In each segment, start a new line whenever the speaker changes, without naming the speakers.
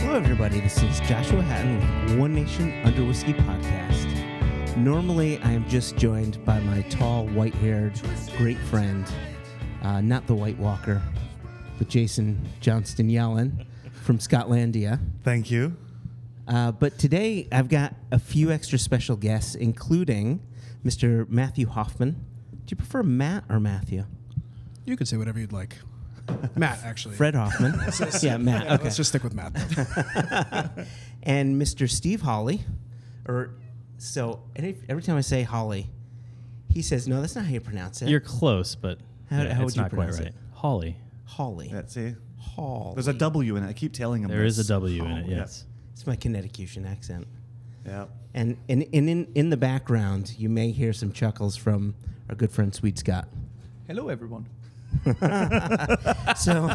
Hello, everybody. This is Joshua Hatton with One Nation Under Whiskey Podcast. Normally, I am just joined by my tall, white haired, great friend, uh, not the White Walker, but Jason Johnston Yellen from Scotlandia.
Thank you.
Uh, but today, I've got a few extra special guests, including Mr. Matthew Hoffman. Do you prefer Matt or Matthew?
You can say whatever you'd like. Matt, actually.
Fred Hoffman. yeah, Matt.
Yeah,
Okay.
Let's just stick with Matt. though.
and Mr. Steve Holly, or so every, every time I say Holly, he says, "No, that's not how you pronounce it."
You're close, but
How-
yeah,
how
it's
would you
not quite
pronounce
right.
it?
Holly.
Holly.
That's it.
Hall.
There's a W in it. I keep telling him
There is
this.
a W in it.
Holly.
Yes.
It's my Connecticutian accent.
Yeah.
And and, and in, in the background, you may hear some chuckles from our good friend Sweet Scott.
Hello, everyone.
So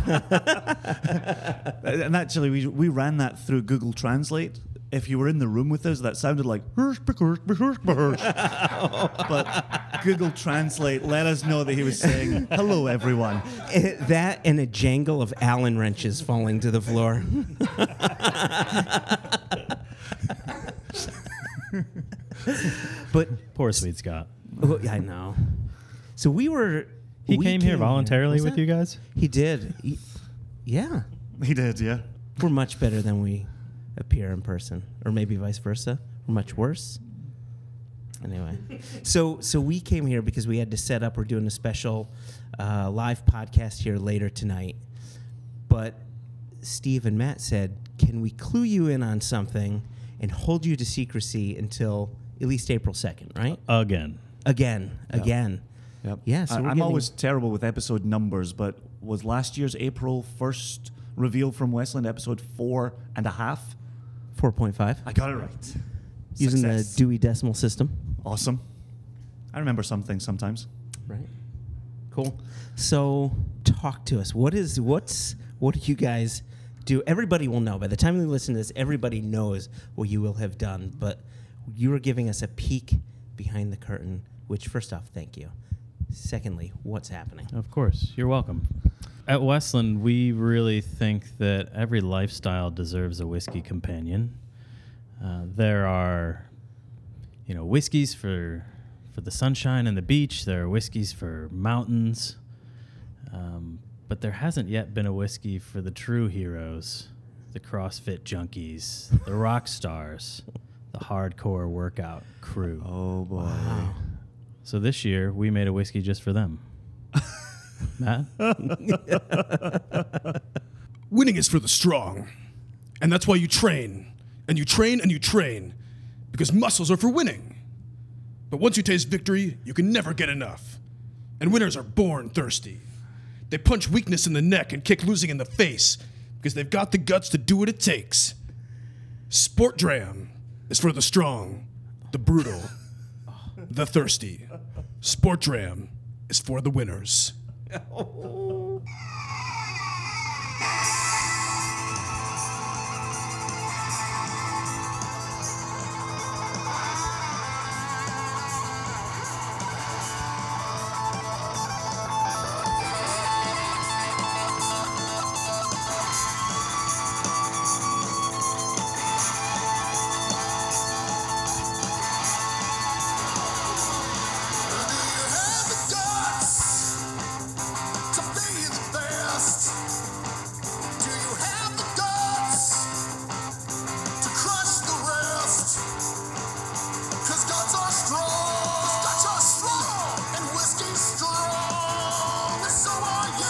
And actually, we, we ran that through Google Translate. If you were in the room with us, that sounded like "Hirsch, bickersh, bickersh, bickersh." but Google Translate let us know that he was saying "Hello, everyone."
it- that and a jangle of Allen wrenches falling to the floor. but
Poor sweet Scott.
Well, yeah, I know. So we were.
He
we
came here voluntarily
Was
with
that-
you guys?
He did. He- yeah,
He did, yeah.
we're much better than we appear in person, or maybe vice versa. We're much worse. Anyway, so so we came here because we had to set up. We're doing a special uh, live podcast here later tonight, but Steve and Matt said, "Can we clue you in on something and hold you to secrecy until at least April second,
Uh,
right?
Again.
Again, again."
Yep.
Yeah, so
I,
we're
am
getting-
always terrible with episode numbers, but was last year's April first reveal from Westland episode four and a half?
4.5
I got it right.
using
Success.
the Dewey Decimal System.
Awesome. I remember some things sometimes.
Right. Cool. So talk to us. What is what's what do you guys do? Everybody will know by the time they listen to this. Everybody knows what you will have done, but you are giving us a peek behind the curtain. Which, first off, thank you. Secondly, what's happening?
Of course. You're welcome. At Westland, we really think that every lifestyle deserves a whiskey companion. Uh, there are, you know, whiskeys for for the sunshine and the beach. There are whiskeys for mountains, um, but there hasn't yet been a whiskey for the true heroes, the CrossFit junkies, the rock stars, the hardcore workout crew.
Oh boy.
So this year we made a whiskey just for them. Matt,
Winning is for the strong. And that's why you train. And you train and you train. Because muscles are for winning. But once you taste victory, you can never get enough. And winners are born thirsty. They punch weakness in the neck and kick losing in the face because they've got the guts to do what it takes. Sport Dram is for the strong, the brutal, the thirsty. Sport Dram is for the winners.
So are you.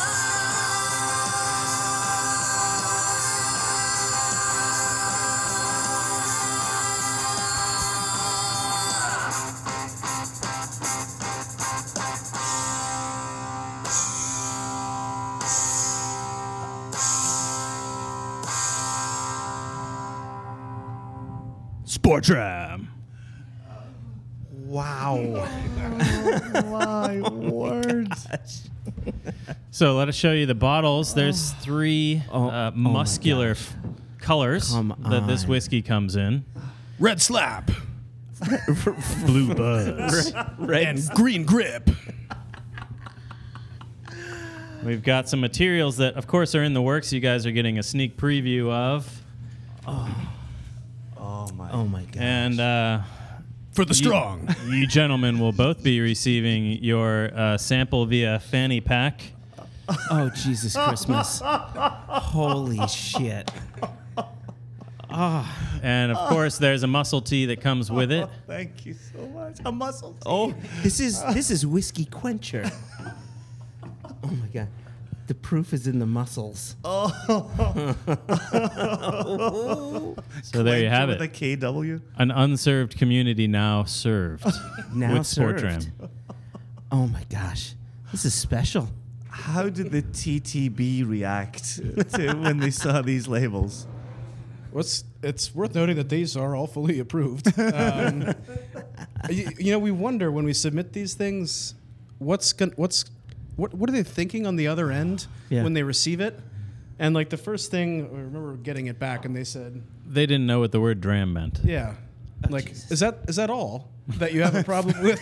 Sports Ram.
Wow.
Oh My word.
So let us show you the bottles. There's three uh, muscular f- colors
Come
that this
on.
whiskey comes in.
Red Slap
Blue Buzz.
and Green Grip.
We've got some materials that, of course, are in the works. You guys are getting a sneak preview of.
Oh my.
Oh my god.
And uh,
For the strong.
you, you gentlemen will both be receiving your uh, sample via fanny pack.
oh Jesus Christmas. Holy shit.
And of course, there's a muscle tee that comes with it.
Thank you so much. A muscle. tee.
Oh, this is this is whiskey quencher. Oh my god. The proof is in the muscles.
Oh. So there you have
With a
it.
KW.
An unserved community now served
Now
with Sportram.
served. Oh my gosh. This is special.
How did the TTB react to when they saw these labels?
What's it's worth noting that these are all fully approved. Um, you, you know, we wonder when we submit these things, what's gon- what's what what are they thinking on the other end
Yeah.
when they receive it? And like the first thing, I remember getting it back, and they said,
They didn't know what the word dram meant.
"Yeah, like is that is that all that you have a problem with?"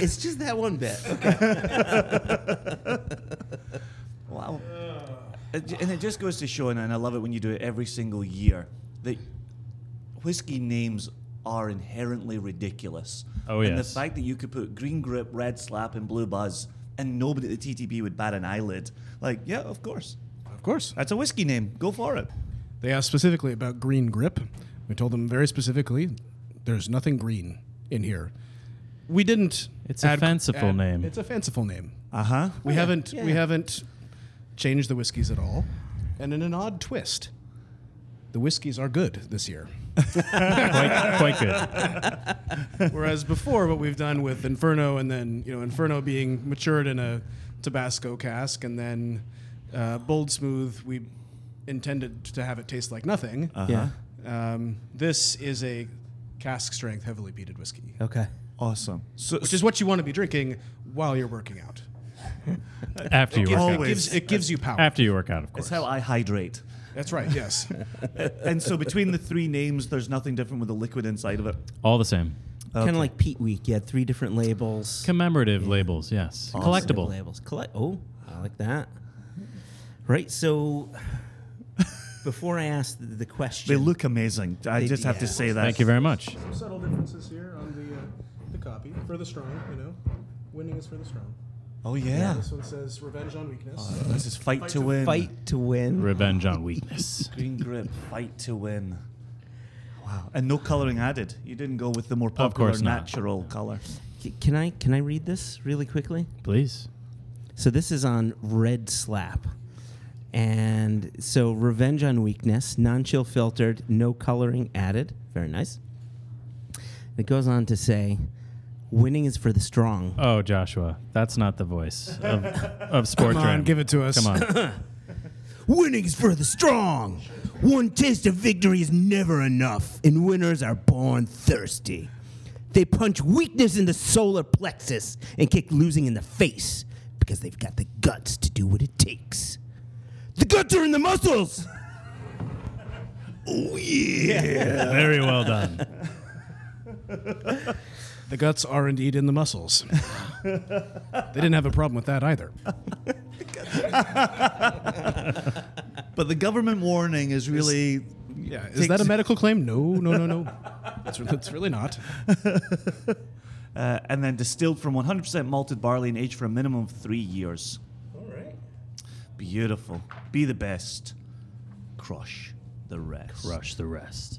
It's just that one bit.
Wow. It j- And it just goes to show, and I love it when you do it every single year, that whiskey names are inherently ridiculous.
Oh,
And the
yes.
fact that you could put Green Grip, Red Slap, and Blue Buzz, and nobody at the TTB would bat an eyelid. Like, yeah, of course.
of course,
That's a whiskey name. Go for it.
they asked specifically about green grip. We told them very specifically, "There's nothing green in here." We didn't.
It's a fanciful name.
It's a fanciful name.
Uh huh.
Uh-huh.
We haven't we haven't changed the whiskeys at all. And in an odd twist, the whiskeys are good this year.
Quite, quite good.
Whereas before what we've done with Inferno and then, you know, Inferno being matured in a Tabasco cask and then uh, Bold Smooth, we intended to have it taste like nothing.
Uh-huh.
Yeah.
Um, this is a cask strength heavily peated whiskey,
Okay.
Awesome. So,
which is what you want to be drinking while you're working out.
After you work out.
It gives, it gives you power.
After you work out, of
it's
course.
how I hydrate.
That's right, yes.
and so, between the three names, there's nothing different with the liquid inside of it.
All the same.
Kind of like Pete Week. You had three different labels.
Commemorative labels, yes. Collectible.
labels. Collect. Oh, I like that. Right. So, before I ask the- the question,
They look amazing. I
They-
just have to
yeah.
say that.
Thank you very much.
subtle differences here on the uh, the copy for the strong. You know, winning is for the strong.
Oh, yeah.
This one says revenge on weakness.
This is fight, to win.
fight to win.
Revenge on weakness.
Green grip, fight to win. Wow. And no coloring added. You didn't go with the more popular
course not.
natural color.
C- Can I can I read this really quickly?
Please.
So this is on Red Slap. And so Revenge on Weakness, non chill filtered, no coloring added. Very nice. It goes on to say, winning is for the strong.
Oh, Joshua, that's not the voice of, of Sportram.
Come on, give it to us.
Come on.
Winning is for the strong. One taste of victory is never enough, and winners are born thirsty. They punch weakness in the solar plexus and kick losing in the face because they've got the guts to do what it takes. The guts are in the muscles! oh, yeah.
Very well done.
The guts are indeed in the muscles. they didn't have a problem with that either.
But the government warning is really.
Yeah, is that a medical claim? No, no, no, no. That's, re- that's really not.
Uh, and then distilled from 100% malted barley and aged for a minimum of three years.
All right.
Beautiful. Be the best. Crush the rest.
Rush the rest.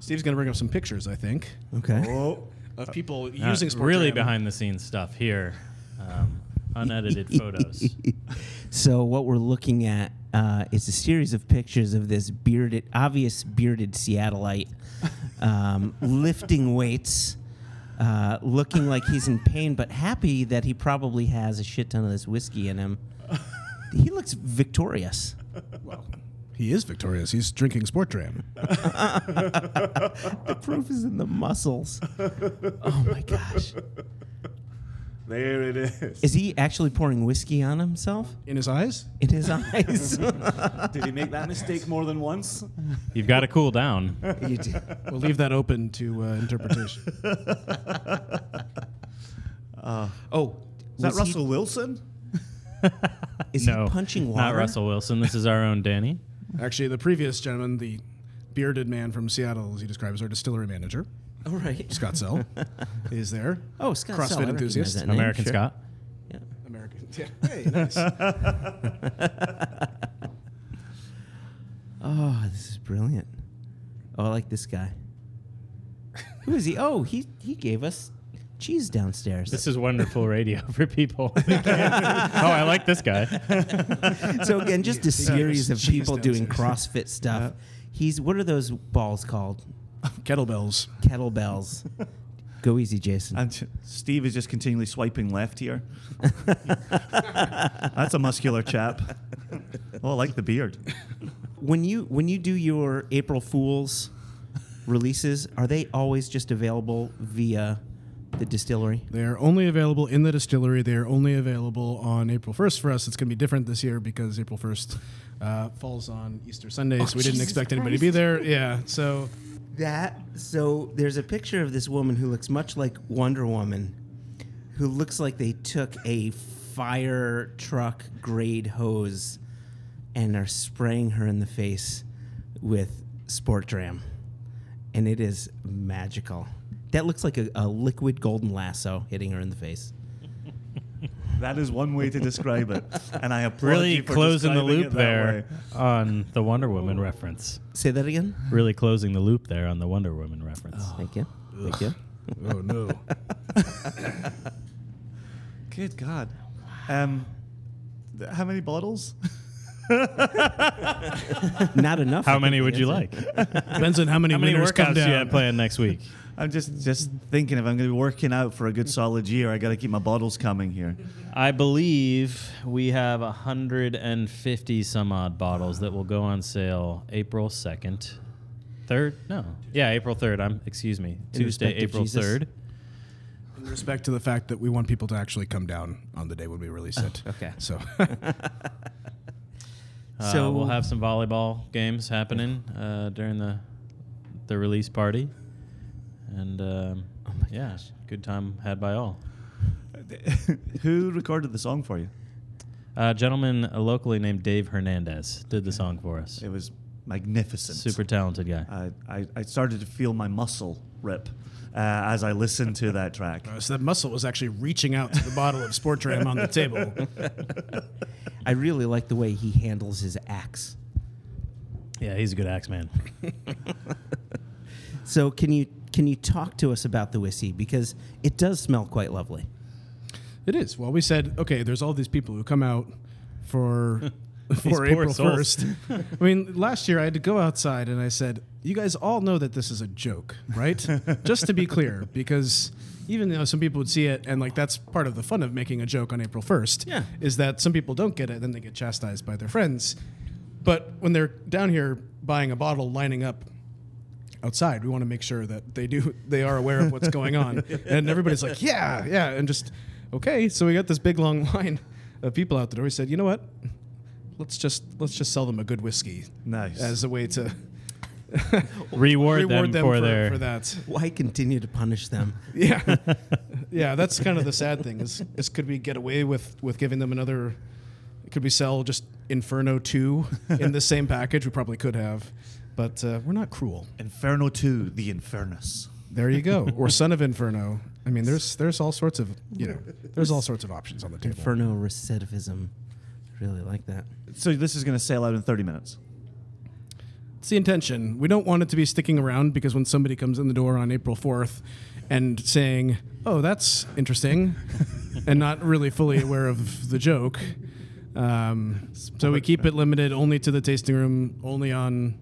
Steve's gonna bring up some pictures, I think,
Okay.
Oh.
of people
Uh,
using Sportram.
really behind the scenes stuff here. Um, unedited photos.
So, what we're looking at uh, is a series of pictures of this bearded, obvious bearded Seattleite um, lifting weights, uh, looking like he's in pain, but happy that he probably has a shit ton of this whiskey in him. He looks victorious.
He is victorious. He's drinking Sportram.
The proof is in the muscles. Oh my gosh.
There it is.
Is he actually pouring whiskey on himself
In his eyes?
in his eyes?
Did he make that mistake more than once?
You've got to cool down.
you did.
We'll leave that open to uh, interpretation.
Oh,
Is that
was he-
Russell Wilson?
is
no,
he punching water?
Not Russell Wilson. This is our own Danny.
Actually, the previous gentleman, the bearded man from Seattle, as he describes, our distillery manager,
All right.
Scott Sell, is there.
Oh, Scott.
CrossFit
Sell, I recognize
enthusiast.
that name,
American
sure.
Scott.
Yeah.
American. Yeah. Hey, nice.
Oh, this is brilliant. Oh, I like this guy. Who is he? Oh, he he gave us cheese downstairs.
This is wonderful radio for people. oh, I like this guy.
so again, just a
he gave
series of
us cheese
people doing
downstairs.
CrossFit stuff. He's what are those balls called?
Kettlebells.
Kettlebells. Go easy, Jason.
And Steve is just continually swiping left here. That's a muscular chap. Oh, I like the beard.
when you when you do your April Fools releases, are they always just available via the distillery?
They are only available in the distillery. They are only available on April 1st for us. It's going to be different this year because April 1st uh, falls on Easter Sunday, so we didn't expect anybody to be there. Yeah, so
That so there's a picture of this woman who looks much like Wonder Woman, who looks like they took a fire truck grade hose and are spraying her in the face with sport dram. And it is magical. That looks like a, a liquid golden lasso hitting her in the face.
That is one way to describe it. And I applaud
Really
you for
closing the
describing
loop
it that way.
there on the Wonder Woman reference.
Say that again.
Really closing the loop there on the Wonder Woman reference.
Thank you. Thank you.
oh no.
Good God. Um, th- how many bottles?
Not enough. I
How
think
many
the
would you
answer-
like?
Depends on how many,
How many
winners come
workouts do you have
down.
planned next week?
I'm just just thinking if I'm going to be working out for a good solid year, I got to keep my bottles coming here.
I believe we have 150 some odd bottles that will go on sale April 2nd. 3rd? No. Yeah, April 3rd. I'm excuse me. Tuesday,
respect of
April
Jesus.
3rd.
In respect to the fact that we want people to actually come down on the day when we release
Oh,
it.
okay.
So
Uh,
So-
we'll have some volleyball games happening uh, during the the release party. And um,
Oh
yeah, good time had by all.
Who recorded the song for you?
A gentleman locally named Dave Hernandez did the song for us.
It was magnificent.
Super talented guy.
Uh,
I, I, I started to feel my muscle rip uh, as I listened to that track.
so that muscle was actually reaching out to the bottle of Sport Dram on the table.
I really like the way he handles his axe.
Yeah, he's a good axe man.
So can you can you talk to us about the whiskey because it does smell quite lovely.
It is. Well, we said, okay, there's all these people who come out for for
poor
April
souls.
first. I mean, last year I had to go outside and I said, you guys all know that this is a joke, right? Just to be clear, because even though some people would see it and like that's part of the fun of making a joke on April first,
Yeah.
is that some people don't get it, then they get chastised by their friends. But when they're down here buying a bottle, lining up outside. We want to make sure that they do they are aware of what's going on. and everybody's like, yeah, yeah, and just okay. So we got this big long line of people out the door. We said, you know what? Let's just let's just sell them a good whiskey
Nice.
as a way to
Reward,
reward
them,
them
for,
for,
their
for that.
Why continue to punish them?
Yeah, yeah. That's kind of the sad thing is is could we get away with with giving them another? Could we sell just Inferno two in the same package? We probably could have, but uh, we're not cruel.
Inferno 2, The Infernus.
There you go. or Son of Inferno. I mean, there's there's all sorts of you know there's all sorts of options on the table.
Inferno recidivism. Really like that.
So this is going to sail out in 30 minutes.
It's the intention. We don't want it to be sticking around because when somebody comes in the door on April 4th and saying, "Oh, that's interesting," and not really fully aware of the joke, um, so we keep it limited only to the tasting room, only on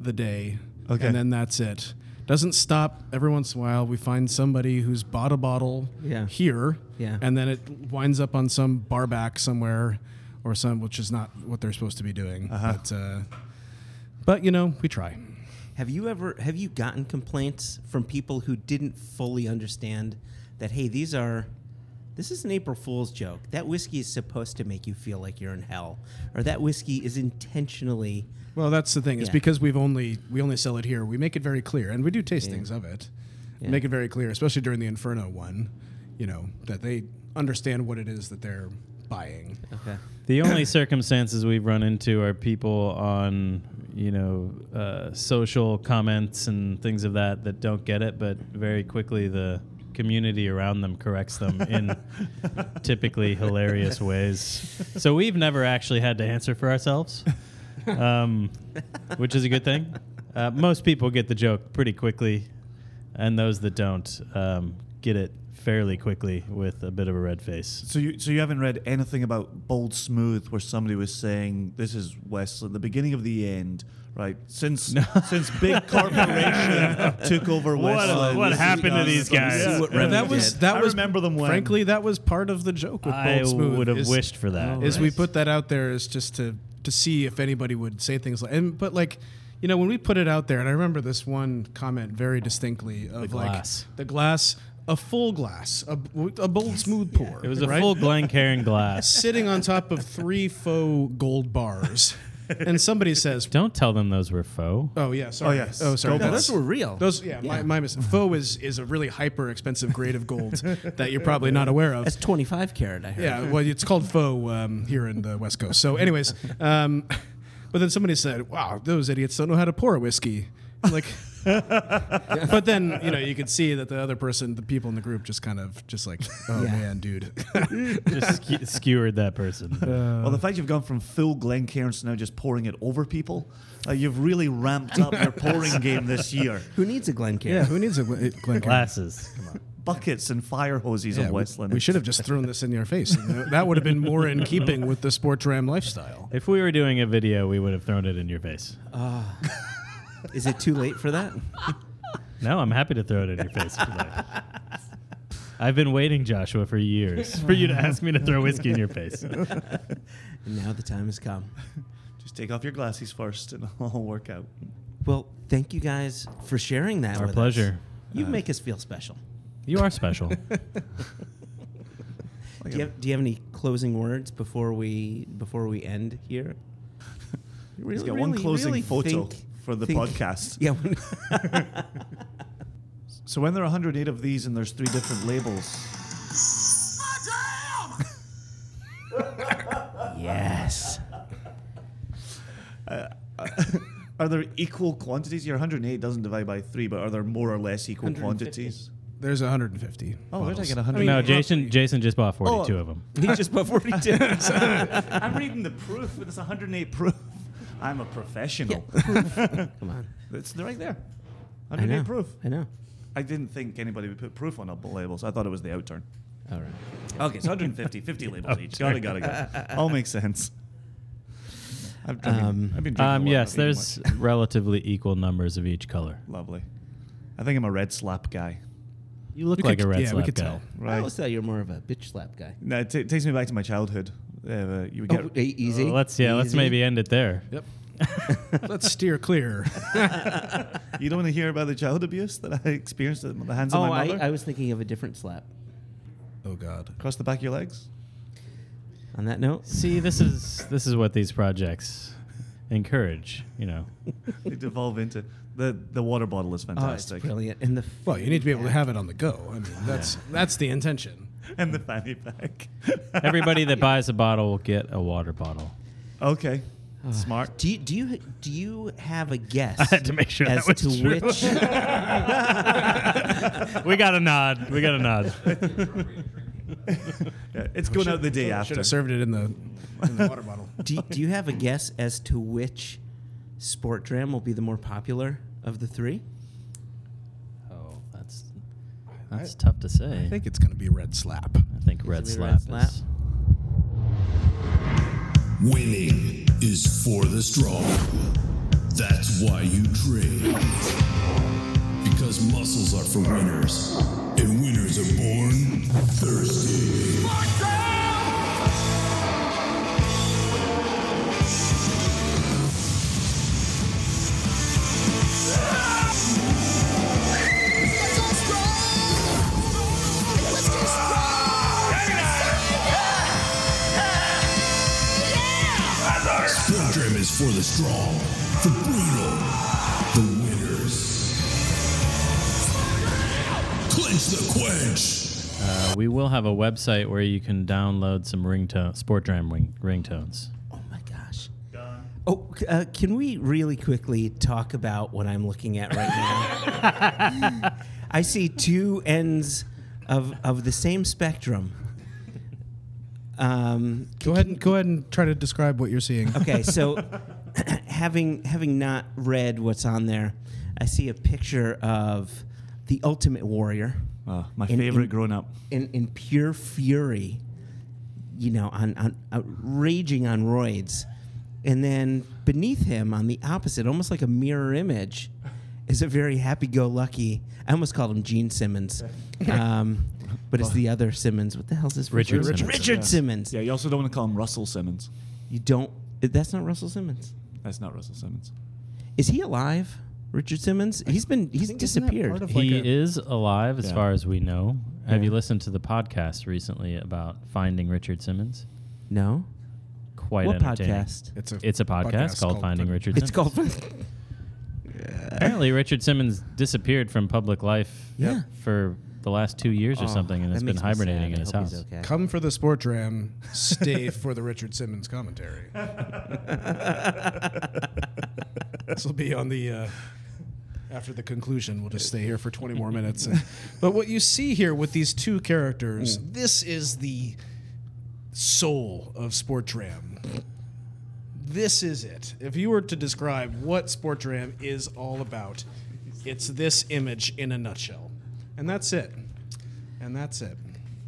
the day,
Okay.
and then that's it. Doesn't stop. Every once in a while, we find somebody who's bought a bottle
Yeah.
here,
Yeah.
and then it winds up on some bar back somewhere, or some which is not what they're supposed to be doing. But, uh, but you know, we try.
Have you ever have you gotten complaints from people who didn't fully understand that hey, these are this is an April Fool's joke. That whiskey is supposed to make you feel like you're in hell, or that whiskey is intentionally
Well, that's the thing is
Yeah.
because we've only we only sell it here. We make it very clear, and we do tastings of it.
Yeah.
Make it very clear, especially during the Inferno one, you know, that they understand what it is that they're
buying.
Okay.
The only circumstances we've run into are people on, you know, uh, social comments and things of that that don't get it, but very quickly the community around them corrects them in typically hilarious ways. So we've never actually had to answer for ourselves, um, which is a good thing. Uh, most people get the joke pretty quickly, and those that don't um, get it fairly quickly with a bit of a red face.
So you so you haven't read anything about Bold Smooth where somebody was saying this is Wesley the beginning of the end, right? Since since big corporation took over Westland.
what
this is
happened to
us.
these guys?
Yeah.
See
what
Yeah.
Remy
that was
did.
that
I
was
remember them when-
Frankly, that was part of the joke with
I
Bold Smooth.
would have
is-
wished for that.
is we put that out there is just to to see if anybody would say things like and but like you know when we put it out there and I remember this one comment very distinctly of
The glass.
like the glass a full glass a, a bold smooth pour
It was a
right?
full Glencairn glass.
sitting on top of three faux gold bars and somebody says
Don't tell them those were faux.
oh yeah sorry
yes.
oh sorry
Gold
That's-
bars.
Those were real.
those yeah, My, my mis- faux is is a really hyper expensive grade of gold that you're probably not aware of
That's 25 carat, I heard.
Yeah, well, it's called faux um, here in the West Coast. So, anyways, um, but then somebody said, "Wow, those idiots don't know how to pour a whiskey." I'm Like, but then you know you could see that the other person, the people in the group, just kind of just like, "Oh
Yeah.
man, dude."
Just ske- skewered that person.
Well, the fact you've gone from full Glen Cairns to now just pouring it over people, uh, you've really ramped up your pouring game this year.
Who needs a Glen Cairn?
yeah, who needs a Glencairn?
Glasses. Come on.
Buckets and fire hoses
Yeah,
on
we,
Westland.
we should have just thrown this in your face. That would have been more in keeping with the sports ram lifestyle.
If we were doing a video, we would have thrown it in your face.
Uh, Is it too late for that?
No, I'm happy to throw it in your face today. I've been waiting, Joshua, for years for you to ask me to throw whiskey in your face.
And now the time has come.
Just take off your glasses first and I'll work out.
Well, thank you guys for sharing that.
Our
with us.
pleasure.
You make us feel special.
You are special.
Do you, have, do you have any closing words before we before we end here? Really,
He's got one
really,
closing
really
photo
think-
for the
think-
podcast.
Yeah, one-
So when there are 108 of these and there's three different labels,
Goddamn!
yes.
are there equal quantities? Your 108 doesn't divide by three, but are there more or less equal
150.
quantities?
There's 150.
Oh, where did I
bottles.
get 100?
no, Jason. Jason just bought 42
Oh.
of them.
He just bought 42.
I'm reading the proof. It's 108 proof. I'm a professional.
Come on.
It's right there.
I
108
know.
proof.
I know.
I didn't think anybody would put proof on up labels. I thought it was the outturn.
All right.
Okay, so 150, 50 labels each. Gotta, gotta, gotta. All makes sense. I've, drinking,
Um,
I've been drinking a
Um,
lot,
yes,
not eating
there's
much.
relatively equal numbers of each color.
lovely. I think I'm a red slap guy.
You look
We
like
could-
a red
yeah, we
slap
could
guy.
tell.
I
Right.
always thought you were more of a bitch slap guy.
No, it ta- takes me back to my childhood. Uh, uh, you would get
Oh, e- easy.
Well, let's yeah, let's
Easy.
maybe end it there.
Let's steer clear.
You don't want to hear about the child abuse that I experienced at the hands
Oh,
of my
I,
mother
I was thinking of a different slap.
Oh God.
across the back of your legs.
On that note,
See, this is this is what these projects encourage. You know,
they devolve into the the water bottle is
oh, it's
fantastic,
brilliant. And the
Well, you need to be able to have it on the go. I mean, that's that's the intention.
and the fanny pack.
everybody that buys a bottle will get a water bottle.
okay,
Oh,
smart.
Do you, do you do you have a guess
had to make sure
as
that was
to
true.
which?
We got a nod. We got a nod.
Yeah, it's going out the day
Should
after.
have served it in the, in the water bottle.
do, do you have a guess as to which sport dram will be the more popular of the three?
Oh, that's that's tough to say.
I think it's going to be red slap.
I think red
Is it
slap,
red slap?
is.
Winning is for the strong. That's why you train. Because muscles are for winners, and winners are born thirsty.
Let's go strong! Let's go strong!
Sport Dram is for the strong, the brutal, the winners. Clinch the quench.
Uh, we will have a website where you can download some ringtone, Sport Dram ring, ringtones.
Oh my gosh. Oh, c- uh, can we really quickly talk about what I'm looking at right now? I see two ends of of the same spectrum. Um,
Go ahead and go ahead and try to describe what you're seeing.
okay, so having having not read what's on there, I see a picture of the Ultimate Warrior
Oh, my
In-
favorite
in-
growing up.
in, in pure fury, you know, on, on uh, raging on roids. And then beneath him, on the opposite, almost like a mirror image, is a very happy-go-lucky. I almost called him Gene Simmons, um, but it's the other Simmons. What the hell's this?
Richard
Richard,
Simmons.
Richard Simmons.
Yeah, you also don't want to call him Russell Simmons.
You don't. That's not Russell Simmons.
That's not Russell Simmons.
Is he alive? Richard Simmons. He's been. He's disappeared.
part of- Like
He
a-
is alive, as
Yeah.
far as we know. Have you listened to the podcast recently about finding Richard Simmons?
no.
Quite
What
entertaining.
podcast?
It's a
It's a podcast, called, Finding Richard
It's
Simmons.
called.
Apparently, Richard Simmons disappeared from public life
Yeah.
for the last two years or something, and
Oh, that
it's been
makes me sad.
hibernating in
I
his
hope he's
house.
okay.
Come for the sport dram, stay for the Richard Simmons commentary. this will be on the uh, after the conclusion. We'll just stay here for 20 more minutes. but what you see here with these two characters, this is the soul of sport dram. This is it. If you were to describe what sport dram is all about, it's this image in a nutshell, and that's it. And that's it.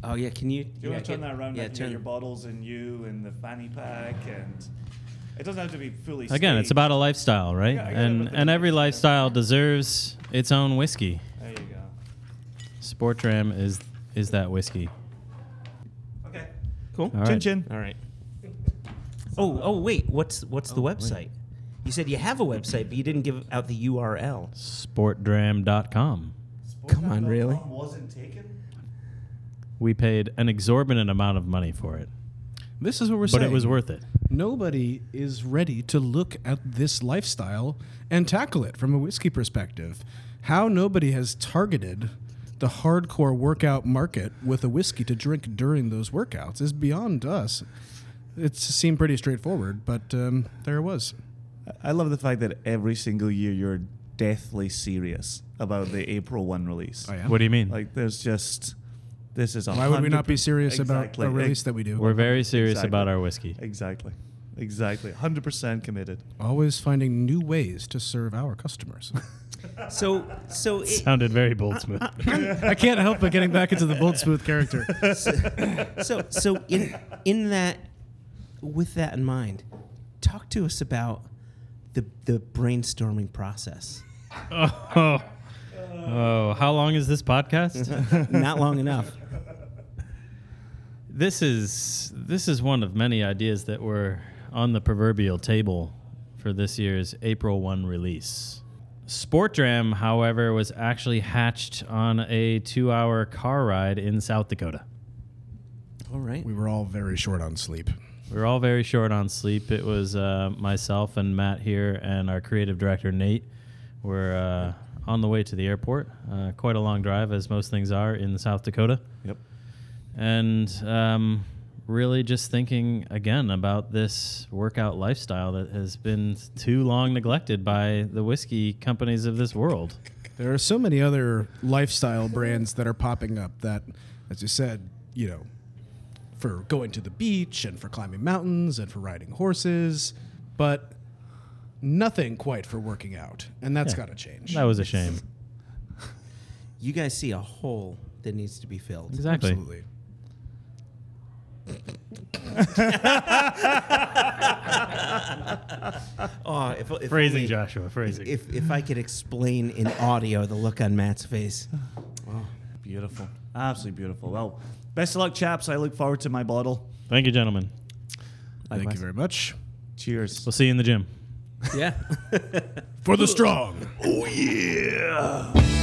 Oh yeah, can you?
Do you want to turn that around?
Yeah,
I can
turn-
get your bottles and you and the fanny pack and it doesn't have to be fully.
Again, it's
staged.
about a lifestyle, right?
Yeah, I get it,
and
but the-
and every lifestyle deserves its own whiskey.
There you go.
Sport Dram is is that whiskey.
Okay.
Cool.
All
Chin
right.
chin.
All right. Oh, oh wait, what's what's the website? You said you have a website, but you didn't give out the URL.
Sportdram.com.
Come on, really?
Wasn't taken.
We paid an exorbitant amount of money for it,
This is what we're
but
saying.
it was worth it.
Nobody is ready to look at this lifestyle and tackle it from a whiskey perspective. How nobody has targeted the hardcore workout market with a whiskey to drink during those workouts is beyond us. It seemed pretty straightforward, but um, there it was.
I love the fact that every single year you're deathly serious about the April one release.
yeah.
What do you mean?
Like there's just this is a
Why would we not be
100%
serious
Exactly.
about a release that we do?
We're very serious
Exactly.
about our whiskey.
Exactly. Exactly. 100% committed.
Always finding new ways to serve our customers.
So, so it,
Sounded very bold smooth.
I can't help but getting back into the bold smooth character.
so so in in that with that in mind, talk to us about the the brainstorming process.
oh. oh, how long is this podcast?
Not long enough.
this is this is one of many ideas that were on the proverbial table for this year's April 1 release. Sportdram, however, was actually hatched on a 2-hour car ride in South Dakota.
All right.
We were all very short on sleep.
We were all very short on sleep. It was uh, myself and Matt here and our creative director Nate were uh, on the way to the airport. Uh, quite a long drive, as most things are in South Dakota.
Yep.
and um, really just thinking again about this workout lifestyle that has been too long neglected by the whiskey companies of this world.
There are so many other lifestyle brands that are popping up that, as you said, you know, for going to the beach and for climbing mountains and for riding horses, but nothing quite for working out. And that's
Yeah.
got to change.
That was a shame.
You guys see a hole that needs to be filled.
Exactly.
Absolutely.
Oh, if, if only-
Joshua. Phrasing.
If if I could explain in audio the look on Matt's face.
Beautiful. Absolutely beautiful. Well, best of luck, chaps. I look forward to my bottle.
Thank you, gentlemen.
Thank you very much.
Cheers.
We'll see you in the gym.
Yeah.
For the strong.
Oh, yeah.